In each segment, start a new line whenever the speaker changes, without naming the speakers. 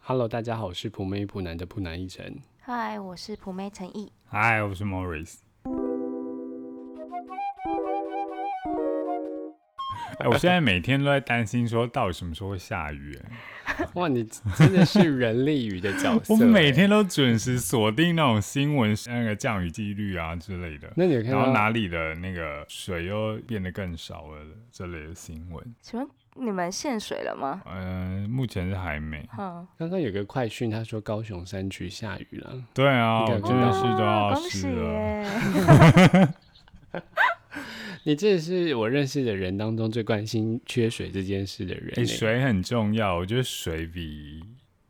Hello，大家好，我是普妹普男的普男一晨。
嗨，我是普妹陈毅。
嗨，我是 Morris。哎，我现在每天都在担心，说到底什么时候会下雨、哎
哇，你真的是人力鱼的角色。
我每，天都准时锁定那种新闻，那个降雨几率啊之类的。
那你有看
然后
到
哪里的那个水又变得更少了这类的新闻，
请问你们限水了吗？
嗯、目前是还没。
嗯，
刚刚有个快讯，他说高雄山区下雨了。
对啊，
你
我
感觉
真的是啊都
哇
要
啊恭喜
湿了。
耶！
你这是我认识的人当中最关心缺水这件事的人欸、
哎、水很重要，我觉得水比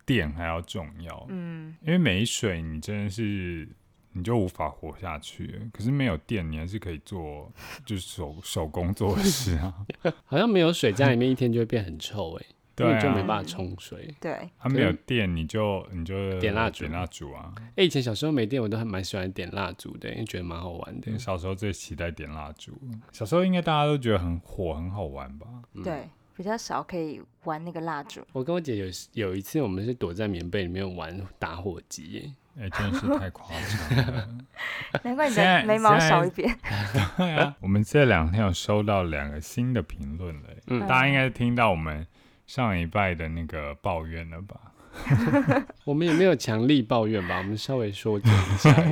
电还要重要。
嗯，
因为没水，你真的是你就无法活下去了。可是没有电，你还是可以做，就是手手工做事 啊。
好像没有水，家里面一天就会变很臭哎、因
对
为就没
啊，
办法冲水。
对，
它没有电，你就你就
点蜡烛
点蜡烛啊。
哎、以前小时候没电，我都还蛮喜欢点蜡烛的，因为觉得蛮好玩的。
小时候最期待点蜡烛，小时候应该大家都觉得很火，很好玩吧？
对，比较少可以玩那个蜡 烛。
我跟我姐有有一次，我们是躲在棉被里面玩打火机欸，
哎、真的是太夸张 了。
难怪你
现
的
在
眉毛
现在
少一点。
对啊，我们这两天有收到两个新的评论了、哎
嗯
大家应该听到我们上一拜的那个抱怨了吧？
我们也没有强力抱怨吧，我们稍微说嘴一下而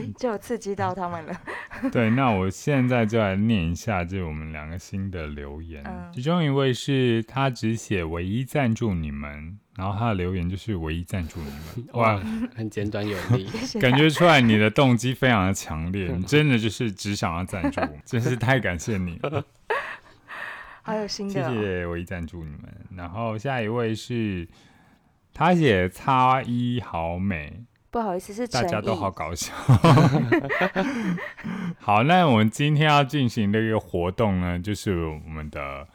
已。
就有刺激到他们了。
对，那我现在就来念一下这我们两个新的留言。
嗯
其中一位是他只写唯一赞助你们，然后他的留言就是唯一赞助你 们。
哇
哇，，
哦 很简短有 力。
哦谢谢
感
他
觉出来你的动机非常的强烈，你真的就是只想要赞 助我们，真是太感谢你
哦
了，
好有心
谢
的哦、
谢唯一赞助你们。然后下一位是他写擦衣好美，
不好意思，是
大
陈
家都
毅
好搞笑。好，那我们今天要进行的一个活动呢，就是我们的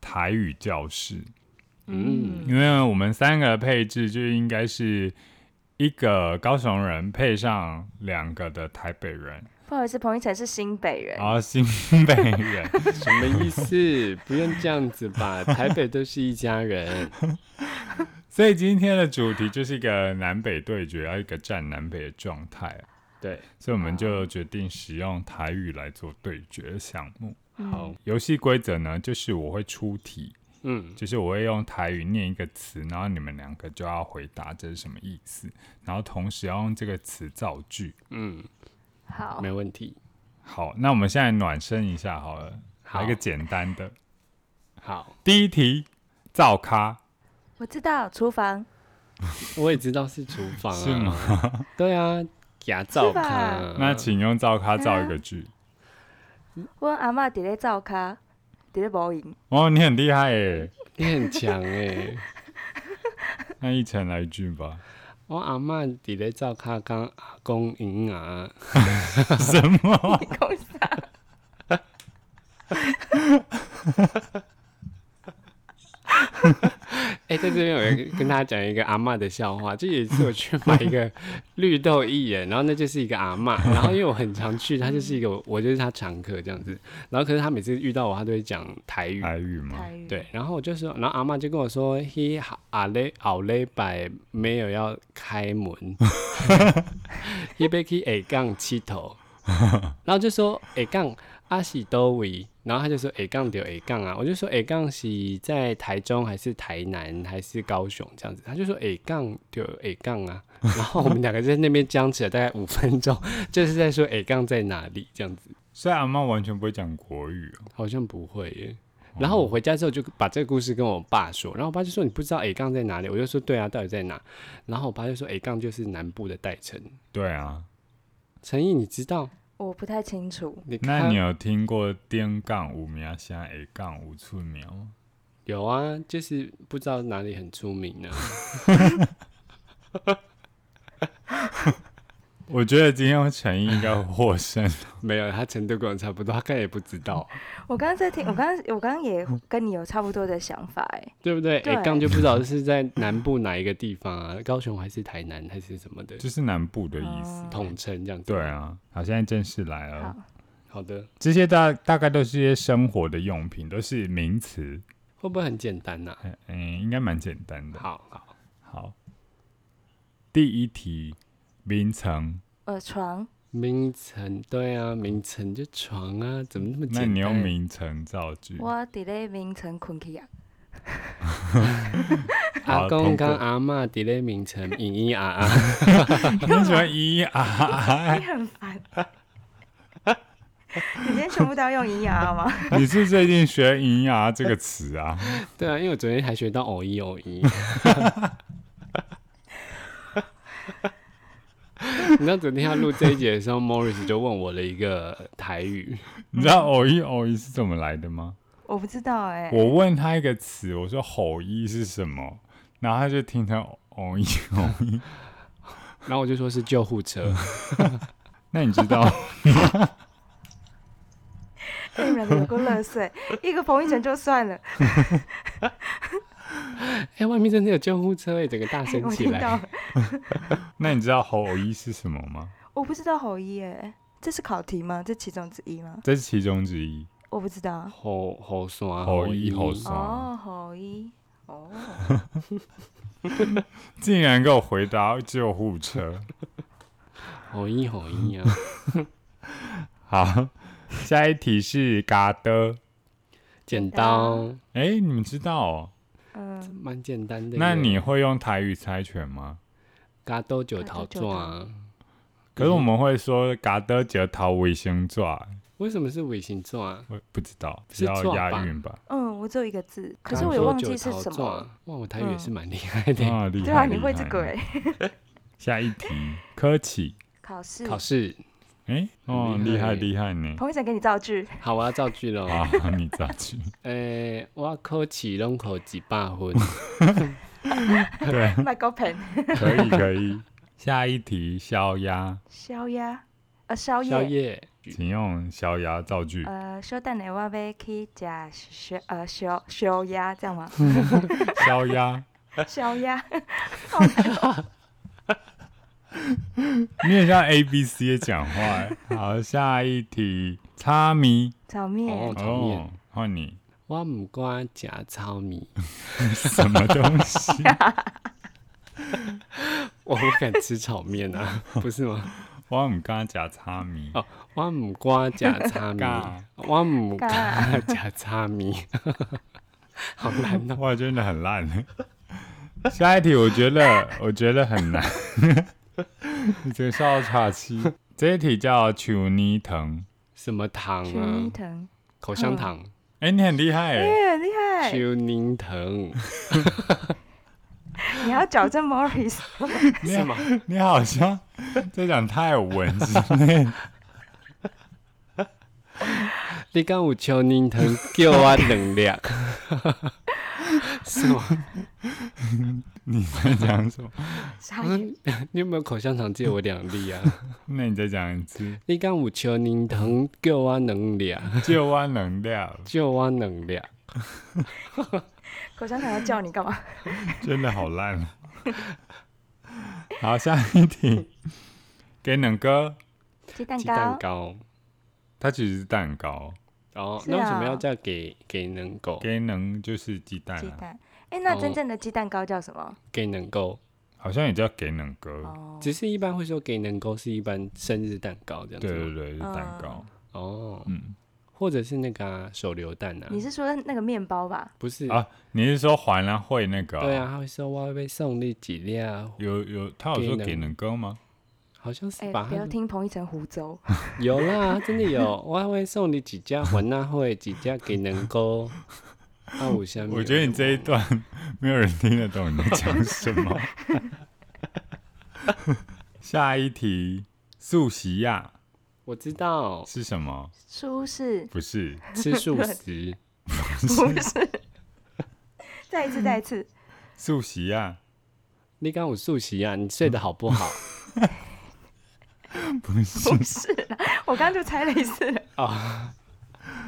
台语教室，
嗯，
因为我们三个配置就应该是一个高雄人配上两个的台北人，
不好意思，彭一晨是新北人
然。后新北人。
什么意 思？不用这样子吧，台北都是一家人。
所以今天的主题就是一个南北对决，要一个战南北的状态，啊
对，
所以我们就决定使用台语来做对决项目。
好，
游戏规则呢，就是我会出题，
嗯，
就是我会用台语念一个词，然后你们两个就要回答这是什么意思，然后同时要用这个词造句。
好，
嗯没问题。
好，那我们现在暖身一下好了，
好
来个简单的。
好，
第一题，造咖
我知道厨房
我也知道是厨房、啊，
是吗？
对啊，牙皂
是吧
看。
那请用造咖造一个句。
问阿嬷伫咧灶卡，伫咧无影。
哦，你很厉害耶！
你很强哎、欸。
那一晨来一句吧。
我阿嬷伫咧灶骹讲阿公赢啊，
什么？
恭喜 啊
哎、在这边我要跟大家讲一个阿嬷的笑话。就有一次我去买一个绿豆薏仁，然后那就是一个阿嬷，然后因为我很常去，她就是一个我就是她常客这样子。然后可是她每次遇到我，她都会讲台语。
台语吗？
台语。
对，然后我就说，然后阿嬷就跟我说，嘿，阿嘞奥嘞拜没有要开门，伊要去下杠七头，然后就说下杠阿是多位，然后他就说下杠就下杠啊，我就说下杠是在台中还是台南还是高雄这样子，他就说下杠就下杠啊，然后我们两个在那边僵持了大概五分钟，就是在说下杠在哪里这样子。
虽然阿妈完全不会讲国语、哦，
好像不会耶。然后我回家之后就把这个故事跟我爸说，然后我爸就说你不知道 A 杠在哪里，我就说对啊，到底在哪？然后我爸就说 A 杠就是南部的代称。
对啊。
陈毅，你知道？
我不太清楚。
你看
那你有听过电杠五啊苗虾 A 杠五寸苗吗？
有啊？就是不知道哪里很出名呢、 啊？
我觉得今天陈毅应该会获胜。
没有，他程度跟我差不多，他看也不知 道，
我刚刚在听，我刚刚我刚刚也跟你有差不多的想法哎。
对不对
对
a 杠就不知道是在南部哪一个地方啊？ 高雄还是台南还是什么的
就是南部的意思。
统称这样子？
对，啊，好，现在正式来了
好。
哦好的，
这些大大概都是一些生活的用品，都是名词，哎
会不会很简单呐、啊
嗯、应该蛮简单的。
好好，
好，第一题，名称，
呃，床
名称对啊，名称就床啊，怎么那么简
那
单？
你用名称造句。
我伫咧眠床困去啊，
阿
好
公
通
跟
过
阿嬷伫咧名称咿咿啊啊，
你喜欢一啊？
你很 烦。你今天全部都要用营养啊 吗？
你是最近学“咿呀”这个词啊？
对啊，因为我昨天还学到偶一偶一。你知道昨天要录这一节的时候，Morris 就问我了一个台语，
你 知道“偶一偶一”是怎么来的吗？
我不知道哎、
我问他一个词，我说“吼一”是什么，然后他就听成“偶一偶一
然后我就说是救护车。”。
那你知道
你们哎有够乐 色，一个彭昱晨就算了，
哎、外面真的有救护车哎，整个大声
我
起
听到
来。
了，
那你知道“吼一”是什么吗？
我不知道侯一哎、这是考题吗？这其中之一吗？
这是其中之一。
我不知道。
吼吼酸，
吼
一
一吼酸
哦，侯一， 哦，
竟然给我回答救护车。
吼一吼一啊！
好，下一题是“嘎的
剪刀”。
哎，你们知道哦？
嗯，
蛮简单的耶。
那你会用台语猜拳吗？
嘎兜九桃抓，
可是我们会说“嘎的折桃卫星抓
为什么是尾形抓？”，
我不知道，
是
比较
抓吧
押韵吧？
嗯，我只有一个字，可是
嘎
我也
兜
忘
九
记是
桃
什
爪
么。。嗯
哇，我台语也是蛮厉害的耶。
啊，厉害！
对啊，你
厉
会这
害
个哎、
下一题，科起，
考试。
考试
哎、哦，
很厉
厉
害
害厉害呢！
彭昱晨给你造 句，
好，我要造句喽。
啊，你咋去？
诶，我考试拢考几百分？
哦
对，
麦高盆，
可以可以。下一题，消压，
烧鸭，呃，宵
宵
夜，
夜
请用消压造句。
呃，稍等下，我要去食烧呃烧烧鸭，这 样吗？
消压，
烧鸭，
你很像 A B C 的讲话欸。好，下一题，叉米，
炒面
哦，炒面
哦，换你，
我唔敢食糙米，
什么东西？
我不敢吃炒面啊，不是吗？
我们刚刚讲叉米，
哦我唔敢食糙米，
尬
我唔
尬
敢食糙米，好难哦。
哇，真的很烂。下一题，我觉得，我觉得很难。 你这个笑到岔气。这一题叫求泥藤，
什么糖
全
啊
米？藤，
口香糖。
哎、你很厉害哎，
哎，很厉害，
丘宁藤
你要矫正 Morris，哎
是吗？
你好像在讲泰文之类。
你敢有丘宁藤叫我两粒？ 是吗？
你在讲什么？
傻
嗯
眼，
你有没有口香糖借我两粒啊？
那你再讲一次。
你敢有丘宁藤叫我两粒？
借我能量，
借我两粒？啊
口香糖要叫你 干嘛？
真的好烂。啊 好，下一题，给能哥，
鸡蛋
鸡蛋
糕，
糕。
它其实是蛋糕，
哦，
是
那为什么
啊
要叫给给能够？
给能就是鸡蛋、
鸡
啊，
蛋，哎，那
哦
真正的鸡蛋糕叫什么？
给能够，
好像也叫给能哥。
哦，
只是一般会说给能够是一般生日蛋糕这样子
对
吗。
对对，是蛋糕。
哦，
嗯，
或者是那个啊手榴弹啊？
你是说那个面包吧？
不是？
啊你是说环兰会那个、
对啊，，他会说我要被送你几粒啊，
有有，他有说给能哥吗？
好像是
哎，
吧？
不要听彭昱晨胡诌，
有啦，真的有， 我会送你几家环那会，几家给能够。啊，五香。
我觉得你这一段 没有人听得懂你在讲什么。 下一题，素席亚
我知道
是什么？
舒适，
不是，
吃素食，
不是，再一次，再一次，
嗯
素 席亚
你刚我素食啊，你睡得好不好？
嗯
不是。
不是啦，我刚刚就猜了一次了。
啊，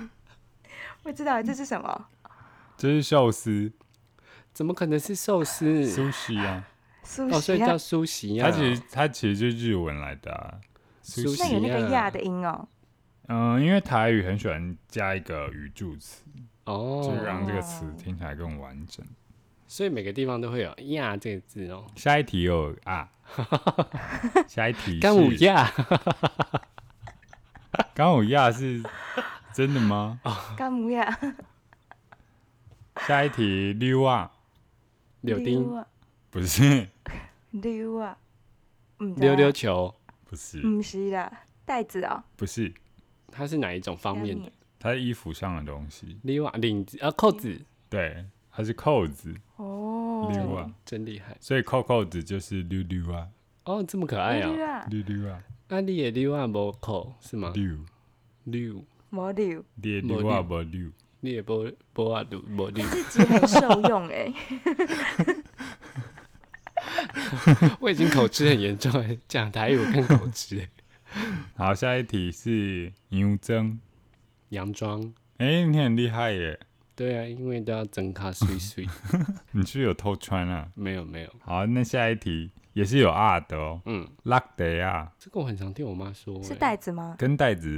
我知道这是什么
哦
这是寿司
怎么可能是寿 司？
，sushi 啊，
苏
哦，所以
西
叫
亚，
苏席啊。
它其实它其实就是日文来的、啊。
苏
那有那个
西
亚的音哦。
嗯，因为台语很喜欢加一个语助词，就
哦，
啊让这个词
哦
听起来更完整。
所以每个地方都会有“亚”这个字哦。
下一题有 啊，下一题是
干五亚，
干五亚是真的吗？
干母呀，
下一题溜啊，
柳丁，
啊，
不是
溜啊，唔知
溜
啊嗯
溜，球，
不是
唔是啦，袋子哦，
不是，
它是哪一种方面
干
的？
面
它是衣服上的东西，
溜啊，领子啊，扣子，
对，它是扣子
哦，
溜啊，
真厉害
所以扣扣子就是溜溜啊，
哦，这么可爱
溜
啊！
啊，
溜溜啊，
啊，你也溜啊，无扣是吗？
溜，
溜，
冇溜，
你的溜啊不溜，
你也不不啊溜，不溜，
这集很受用哎，
我已经口吃很严重了，讲台语我更口吃 了。
好，下一题是牛针，
洋装，
哎、你很厉害耶，
对啊，因为都要增咖碎碎。
你是不是有偷穿啊？
没有没有，
好，那下一题也是有啊的哦，
嗯，
拉德啊，
这个我很常听我妈说、欸，
是袋子吗？
跟袋子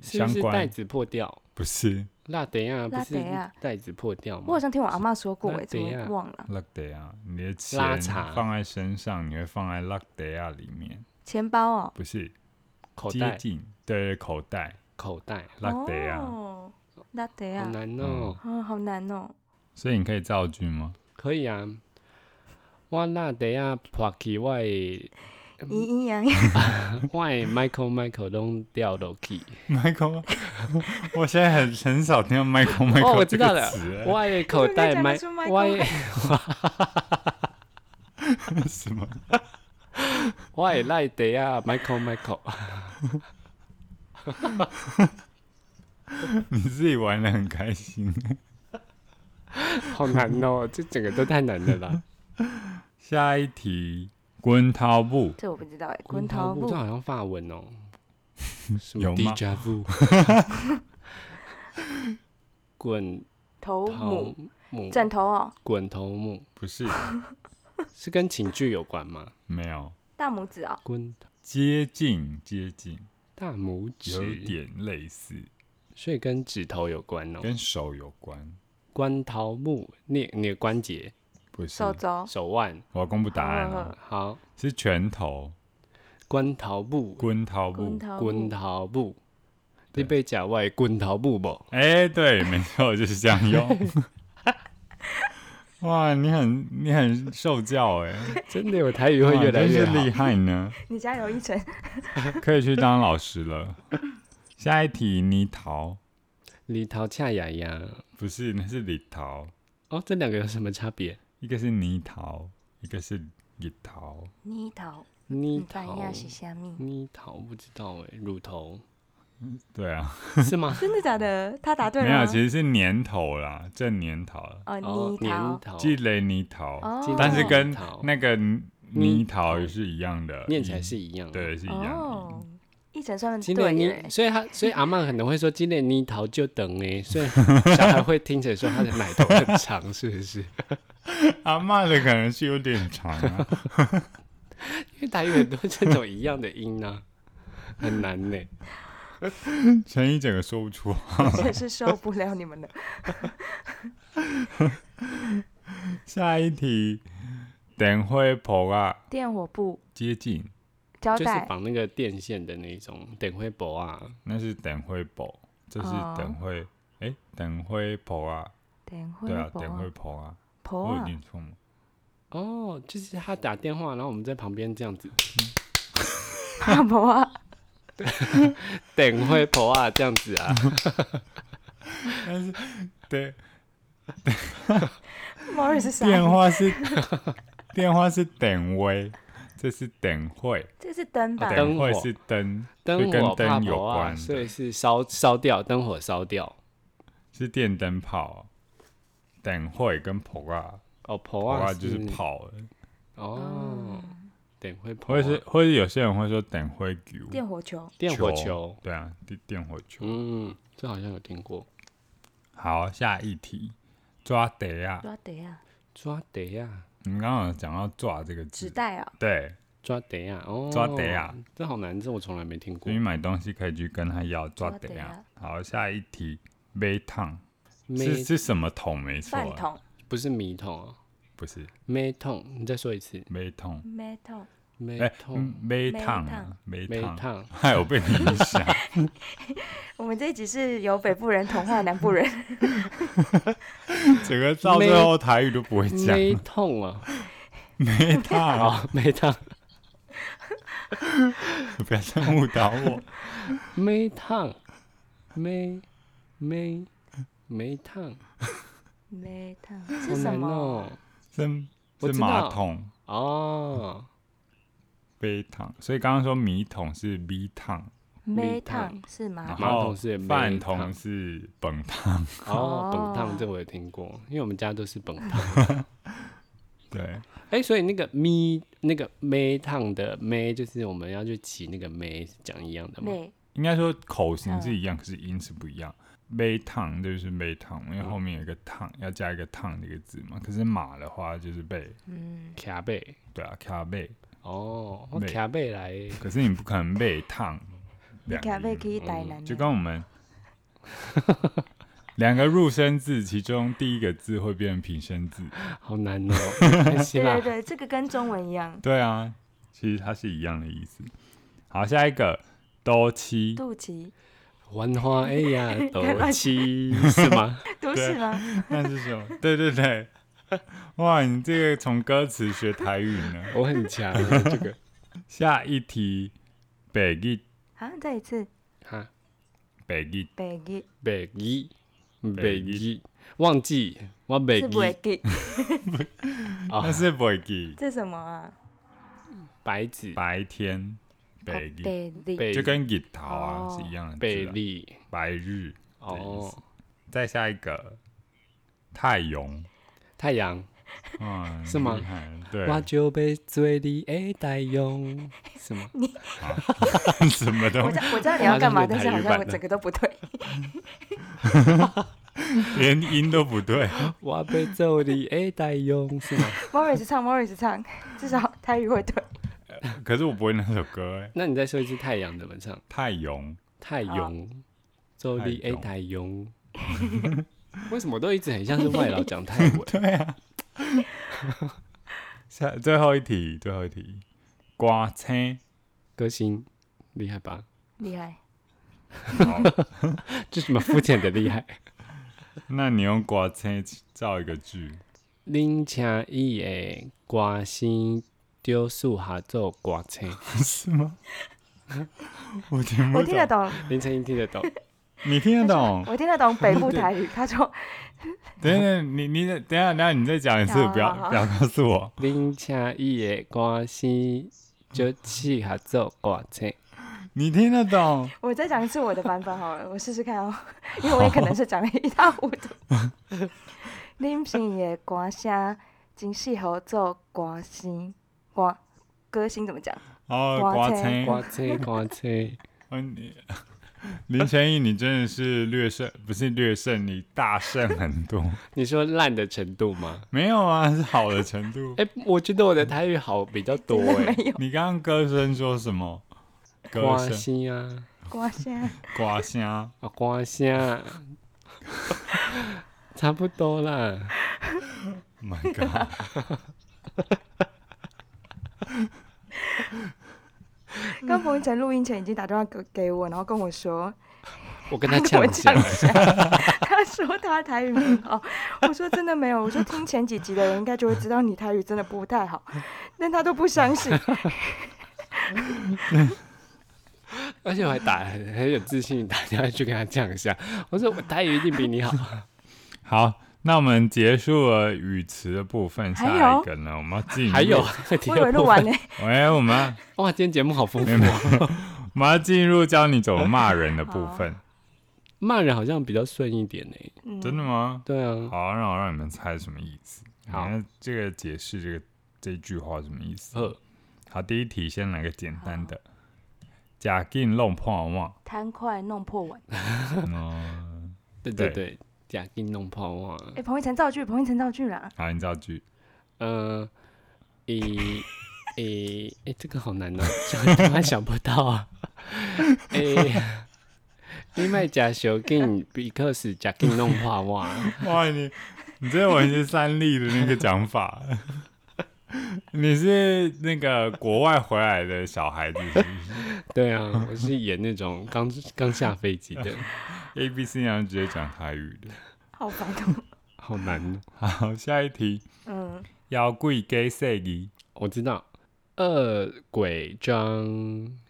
是不
相
是袋
关，
子破掉？
不是
那等一下不
那
是
等一下
袋子破掉吗？
我好像听我阿妈说过哎，
那
怎
等一下
么忘了？
拉德啊，你的钱
拉茶
放在身上，你会放在拉德啊里面，
钱包哦，
不是
口
接
袋
近，对，口袋
口袋，
拉德啊，
哦，那得
好
呀，
难
嗯
哦、
哦，好难哦，
所以你可以造句吗？
可以啊，我那等一下破去我的
咦咦呀呀，
我的 Michael Michael 都掉落去。
Michael，我现在很很少听到 Michael Michael、
哦，我知道了
这个，词啊
我的口袋
你怎么
m
讲得出
我
Michael
的
哎 什么？
我的那等一下 Michael Michael，
你自己玩的很开心。
好难哦、这整个都太难了啦。
下一题，滚涛布，
这我不知道哎，
滚
滚头
布，
木
这嗯好像法文 哦、什
有
么
吗
deja vu？滚
头
头
母
木，
枕头哦，
滚头木
不是
是跟情绪有关吗？
没有
大拇指哦，
滚
接近接近，
大拇指，
有点类似，
所以跟指头有关哦、
跟手有关，
关桃木，你你的关节、
不是
手。肘，
手腕，
我要公布答
好
案
好
了
好，
好，
是拳头，
关桃木，
滚涛
滚
布。
头
滚
木，
桃木，你被假外滚桃木 不？
哎、对，没错，就是这样用。 哇，你很你很受教哎、
真的，我台语会越来越
哇真是厉
好。
害呢，
你家有一层，
可以去当老师了。下一题，泥桃
李桃恰雅雅，
不是，那是李桃，
哦，这两个有什么差别？
一个是泥桃，一个是李桃。
泥头，
妮
你翻
桃
译，啊是虾米？
妮桃不知道哎，乳 头
对啊，
是吗？
真的假的？他答对啊了
没
吗？
有，其实是年头啦，正年头啦，
哦，
哦
泥，
年
桃，
桃，
积累泥头，
哦
但 是跟
泥桃
那个泥
泥
桃
桃
也是一样的，
念起来是一样。，
对，是一样的音。
哦，一层算
今
对
年
耶
妮，，所以他所以阿嬷可能会说今年妮桃就等 哎，所以小孩会听着说他的奶头很长，是不是？
阿嬷啊的可能是有点长啊，
因为台语很多这种一样的音呢、 很难呢、
陈一整个说不出。
真是受不了你们了。
下一题，等会婆啊，
电火布、
接近，
胶
就是
带，
绑那个电线的那种等会博啊，
那是等会婆，这是
哦
等会，哎，等会婆啊，
电火
对啊，
布
等会婆啊，
婆
我有
啊，
念错吗？
哦，就是他打电话，然后我们在旁边这样子
怕婆啊，
等会博啊，这样子 啊，
但是对，
莫瑞是啥？
电话是 电话是等位，这是等会，
这是灯吧
啊？
等会
灯火
是灯，
灯
就跟
火怕
灯有
博啊，
关
所
的，
以是烧烧掉灯火烧掉
是电灯泡。等会跟婆啊，
哦，
婆
博
啊
啊
就是
不
泡了，
哦，
嗯
等会博、
或
啊、
者是或者有些人会说等会球，
电火球，
电火球，
对啊，电电火球。
嗯，这好像有听过，
好，下一题，抓得啊，
抓得啊，
抓得啊，
你们刚刚有讲到抓这个
纸
字，
袋啊，
对，
抓得啊，哦，
抓得啊，嗯
这好难，这我从来没听
所
过
以，买东西可以去跟他要抓
抓
得
得
啊
啊。
好，下一题，杯烫
没
是是什么桶？没错
饭
啊，
桶，
不是米桶啊，
不是
没痛，你再说一次，
梅痛，
没痛，
没
哎，嗯
痛，
梅
梅
烫啊
烫，
梅
没
烫，
烫，
害我被你影 响。
我们这一集是由北部人同化南部人，
整个到最后台语都不会讲，
没痛 啊，
没啊他，
好，没烫，
不要再误导我。
没烫，没没没烫，
没痛
好
是什
难
么？
哦，
是
我
是
知
马
道
桶
哦，
杯桶，所以刚刚说米桶是米桶，
没
米
烫是
然
吗？
马
后
桶是梅
饭
桶
桶是本汤，
哦，本烫
哦
这我也听过，因为我们家都是本烫。
对，
哎、所以那个咪那个咩烫的咩，就是我们要去骑那个咩，讲一样的吗？
没
应该说口型
嗯
是一样，可是音是不一样。杯汤就是杯汤，因为后面有一个烫，要加一个烫这个字嘛。可是马的话就是被，
嗯，
卡背
对啊，卡背。
哦，
妹
卡背来耶，
可是你不可能被烫
你
两
可
个
不
音
可以台南
就跟我们两个入声字，其中第一个字会变成平声字。
好难 哦，开
对
心啦
对，对，这个跟中文一样，
对啊，其实它是一样的意思。好，下一个多七，
肚脐，
玩花哎 呀，斗七是吗？
都是吗？
那是什么？对对对， 哇，你这个从歌词学台语呢。
我很强啊这个
下一题，北极
好，啊再一次，
哈，
北极，
北极
北极北
北
极，忘记我北
是
极
北极，
那
啊，
是北极，
这什么啊？
白纸
白天
哦
北极，
北极，
北
就跟日头啊
哦
是一样的
北
字啊，
利
白日。
哦，
再下一个，太 阳，
太阳，
嗯，
是吗
厉害？对，
我就被嘴里爱带用，是 吗？
什么
我
东
知
西？
道我知道你要干嘛，但是好
好像是台语版
像我
的
整个都不对。
连音都不对。
我被嘴里爱带用，是吗？
Morris 唱，Morris 唱，至少台语会对。
可是我不会那首歌哎，
那你再说一次太阳怎么唱？
太阳，
太阳，周立 A 太阳。 为什么都一直很像是外劳讲泰文？
下最后一题，最后一题，瓜青，
歌星厉害吧？
厉害，
好，
这什么肤浅的厉害？
那你用瓜青造一个句，
拎车伊的歌星丢树下做歌星，
是 吗？我听不
我听得
懂，
懂，
林晨一听得懂。
你听得懂？
我听得懂北部台语。他说
等等，你你等一下，等一下你再讲一次，
好
不要
好好
不要告诉我，
拎车伊的歌星就去下做歌星，
你听得 懂？
我再讲一次我的版本好了，我试试看哦，因为我也可能是讲的一塌糊涂。林平的歌声真适合做歌星，歌歌星怎么讲？
哦，
瓜
瓜
青
青，
歌星歌星。
嗯，你 林晨毅，你真的是略胜，不是略胜，你大胜很多。
你说烂的程度吗？
没有啊，是好的 程度。
哎、我觉得我的台语好比较多
真的
哎、
没有
你刚刚歌声说什么？歌
歌
声
星啊。
歌声，
瓜虾，
啊，歌声啊， 差不多啦。
Oh my god！
刚彭昱晨录音前已经打电话给给我，然后跟我说
我 跟他
跟我
呛一下
呛，一下， 他说他台语很好，我说真的没有，我说听前几集的人应该就会知道你台语真的不太好，但他都不相 信，
而且我还打很很有自信，打电话去跟他呛一下。我说我台语一定比你好。
好，那我们结束了语词的部分，
还有
下一个呢，我们要进入
还有，第
我以
二
为
部
录完
分
呢、
喂，我们要
哇，今天节目好丰富
没有
哦。
我们要进入教你怎么骂人的部分，
骂人好像比较顺一点呢。欸
嗯，
真的吗？
对啊，
好，让我让你们猜什么意思。
好，
这个解释这个这句话什么意思？
呃，
好，第一题先来个简单的，假劲弄破碗。
贪快弄破碗。
哦，
对对对，假给弄抛啊。
哎、彭昱晨造句，彭昱晨造句啦，
好，你造句。
呃，诶诶诶，这个好难哦，想突然想不到啊。诶，你卖假小 g 比克斯假 g 弄花哇。啊
哇，你你这完全是三立的那个讲法。你是那个国外回来的小孩子是不是
对啊，我是演那种刚刚下飞机的，
，A B C 然后直接讲台语的。
好烦哦。
好难哦。
好，下一题，
嗯，
要贵给谁的？
我知道，恶鬼装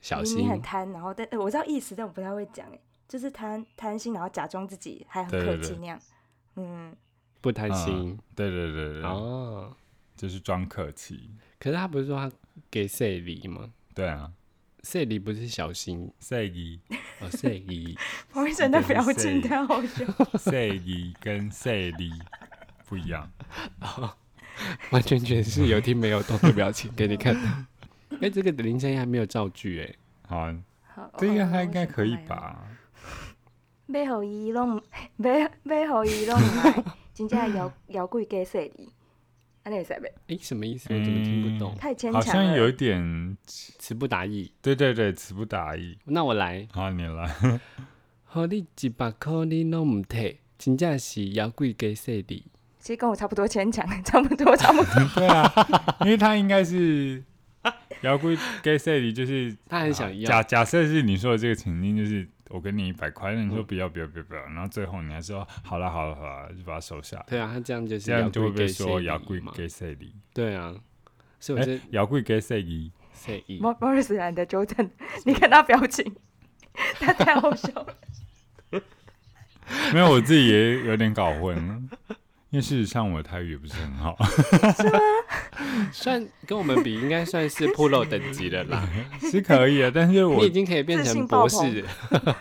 小
明明
心，
很贪，然后但呃我知道意思，但我不太会讲哎，就是贪贪心，然后假装自己还很
对对
客气
对
那样。嗯，
不贪心
啊对对对对，
哦。
就是装客气。
可是他不是说他给赛里吗？
对啊，
赛里不是小心
谁的？
哦，赛里
黄医生的
对对
表
对
情太好笑。
谁的跟谁的不一样？
完全全是有听没有懂的表情给你看。哎、这个林声音还没有造句哎、
好，
好
这个
好
他应该
我想
可以
买了
吧？
要互伊拢，要要互伊拢买，真正摇摇贵加说你，安尼会使袂？
哎、什么意思？我怎么听不懂？
太牵
好
强
像
了。
有一点，
词不达意。
对对对，词不达意。
那我来，
好，你来。
好你一百块你拢唔摕，真正是妖怪给说你。
其实跟我差不多牵强，差不多，差不 多。
对啊， 因为他应该是 摇滚 gay s a d 就是
他很想
假
要，
假设是你说的这个情境，就是我给你一百块，那你说
嗯
不要不要不要不要，然后最后你还说好了好了好了，就把它收下来，
对啊，他这样就是
这样就会
妖怪
被
给
说摇
说
滚
你嘛。
gay s a d
对啊，所以我
哎
是，
摇滚 gay s a d
说你。
莫莫瑞斯兰的纠正，你看他表情，他太好笑了。
没有，我自己也有点搞混了，因为事实上我的泰语也不是很好，
算跟我们比，应该算是 pro 等级的 啦。
是可以啊，但是
你
我
已经可以变
自
成
信爆
博
棚
士了。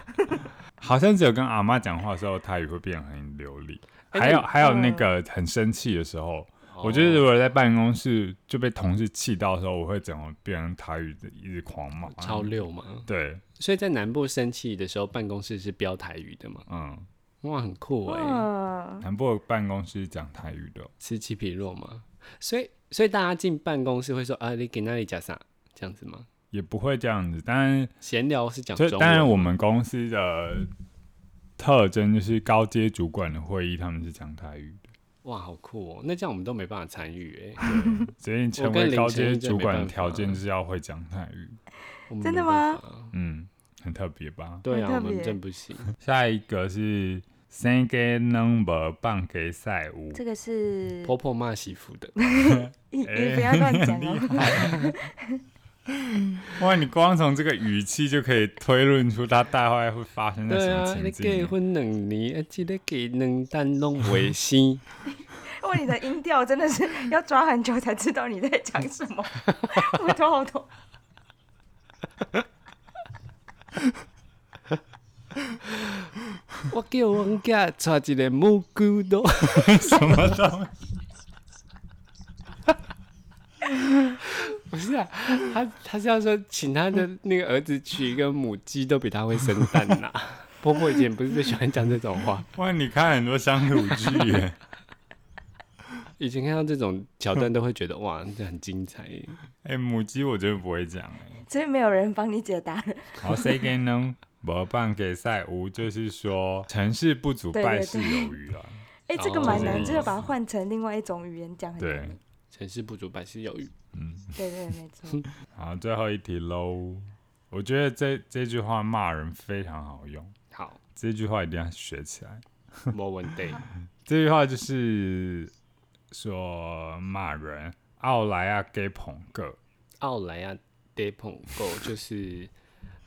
好像只有跟阿妈讲话的时候，泰语会变得很流利，
哎
还有
对
还有那个很生气的时候。 我觉得
哦
如果在办公室就被同事气到的时候，我会整个变成台语的一直狂骂。
超六嘛，
对，
所以在南部生气的时候，办公室是标台语的嘛，
嗯，
哇，很酷哎、
嗯，
南部的办公室讲台语的，
此起彼落嘛。所以，所以大家进办公室会说啊，你给那里加啥这样子吗？
也不会这样子。但
闲聊是讲
所
中文，
以当然，我们公司的特征就是高阶主管的会议他们是讲台语的，
哇，好酷哦、那这样我们都没办法参与哎，
所以成
我跟
为
林
高
晨
阶
一真
主
没
管
办
的
法
条件就是要会讲台语。
我们
真的
没办法？
嗯，很特别吧？
对啊，
很
我
特别
们真不行。
下一个是三个 number 棒给赛舞，
这个是
婆婆骂媳妇的，
你
哎
你不要乱讲哦。
哇，你光从这个语气就可以推论出他大概会发生在
对
什
啊，
么
你
情
结
境。
婚两年，啊，记得给两单拢卫生。
哇，你的音调真的是要抓很久才知道你在讲什 么，我头好痛。
我叫阮囝带一个木骨刀，
什么东西？
不是啊，他他是要说请他的那个儿子娶一个母鸡，都比他会生蛋 呐、婆婆以前不是最喜欢讲这种话，
哇，你看很多乡土剧耶。
以前看到这种桥段都会觉得哇，这很精彩耶。
哎、母鸡我真的不会讲哎。
所以没有人帮你解答了。
好，second n 不棒给赛舞，就是说成事不足，
对对
败事有余啊。
哎，这个
哦
蛮
这
难，
个
这个把它换成另外一种语言讲很
对
难。，
成事不足，败事有余。
嗯，
对对，没错。
好，最后一题喽。我觉得这这句话骂人非常好用，
好，
这句话一定要学起来。
没问题。
这句话就是说骂人，奥莱啊给捧个，
奥莱亚 d e p o n Go 就是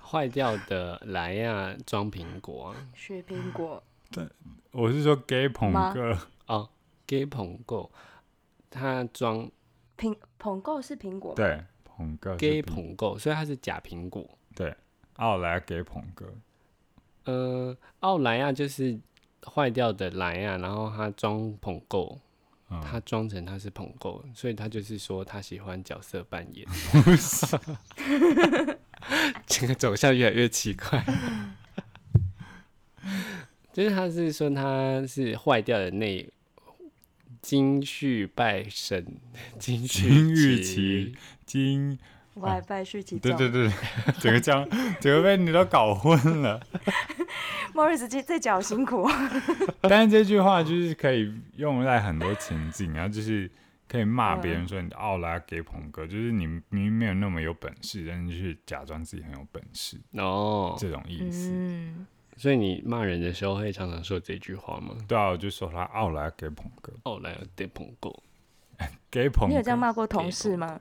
坏掉的莱亚装苹果啊
雪苹果，
我是说给捧
吗
个，
哦 d e p o n Go 它装
苹捧购是苹果吗，
对，捧个是
gay
比
捧购，所以它是假苹果。
对，奥莱啊给捧个，
呃，奥莱亚就是坏掉的莱亚，然后他装捧购，
嗯
他装成他是捧购，所以他就是说他喜欢角色扮 演，整个走向越来越奇怪。 就是他是说他是坏掉的那金续拜神，金
金玉
玉
其金
我
哦
爱拜续集
对
中。
对对， 整个江，整个被你都搞混了。
Morris 这这脚辛 苦哦。
但是这句话就是可以用在很多情境，然后就是可以骂别人说你奥拉给捧哥，就是你明明没有那么有本事，但是就是假装自己很有本事，
哦，
这种意思。
嗯，
所以你骂人的时候会常常说这句话吗？
对啊，我就说他奥拉给捧哥，
后来有得捧过，
给捧
你有这样
哥。
骂过同事吗？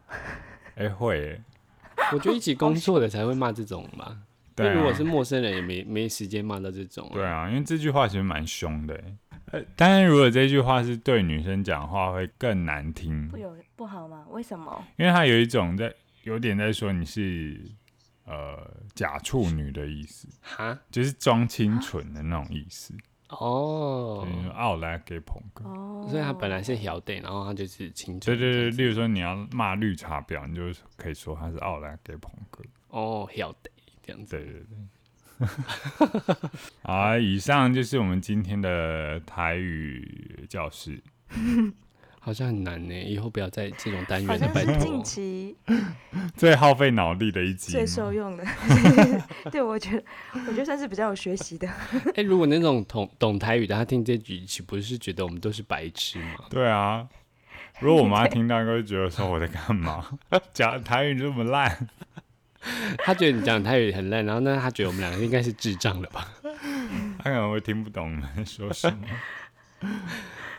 哎、会耶，
我觉得一起工作的才会骂这种吧。因
对
为如果
啊
是，陌生人，也没没时间骂到这种、
对，啊，因为这句话其实蛮凶的耶。呃，当然，如果这句话是对女生讲话，会更难听
不，有不好吗？为什么？
因为它有一种在有点在说你是呃假处女的意思。
哈，
就是装清纯的那种意思，
哦
就，是奥莱给捧哥。
哦，
所以他本来是小队，然后他就是清楚。
对对对，例如说你要骂绿茶婊，你就可以说他是奥莱给捧哥。
哦，小队这样子。
对对对。 好啊，以上就是我们今天的台语教室。
好像很难呢，以后不要在这种单
好
元了，
像
拜
是
托
近。期
最耗费脑力的一集
最
吗，
受 用的。对，我觉得我觉得算是比较有学习的。
哎、如果那种懂懂台语的，他听这局，岂不是觉得我们都是白痴吗？
对啊，如果我妈听到，应该会觉得说我在干嘛？ 讲台语这么烂，
他觉得你讲台语很烂，然后那他觉得我们两个应该是智障了吧？
她可能会听不懂我们在说什 么。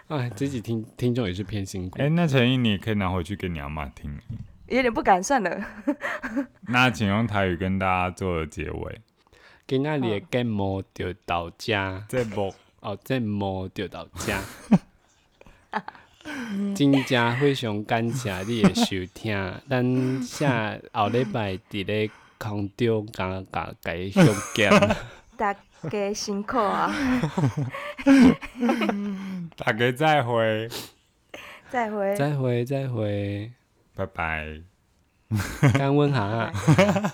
哎，这集听听众也是偏辛苦。
哎、那陈毅，你也可以拿回去给你阿妈听。
有点不敢算了。
那请用台语跟大家做结尾。
今仔日的节目就到家。
这不，
哦，这毛钓到家，真正非常感谢你的收听，咱下后礼拜伫咧空中甲甲甲伊相见，
大家辛苦啊，
大家再会，
再会。
再会再会，
拜拜。
感恩下。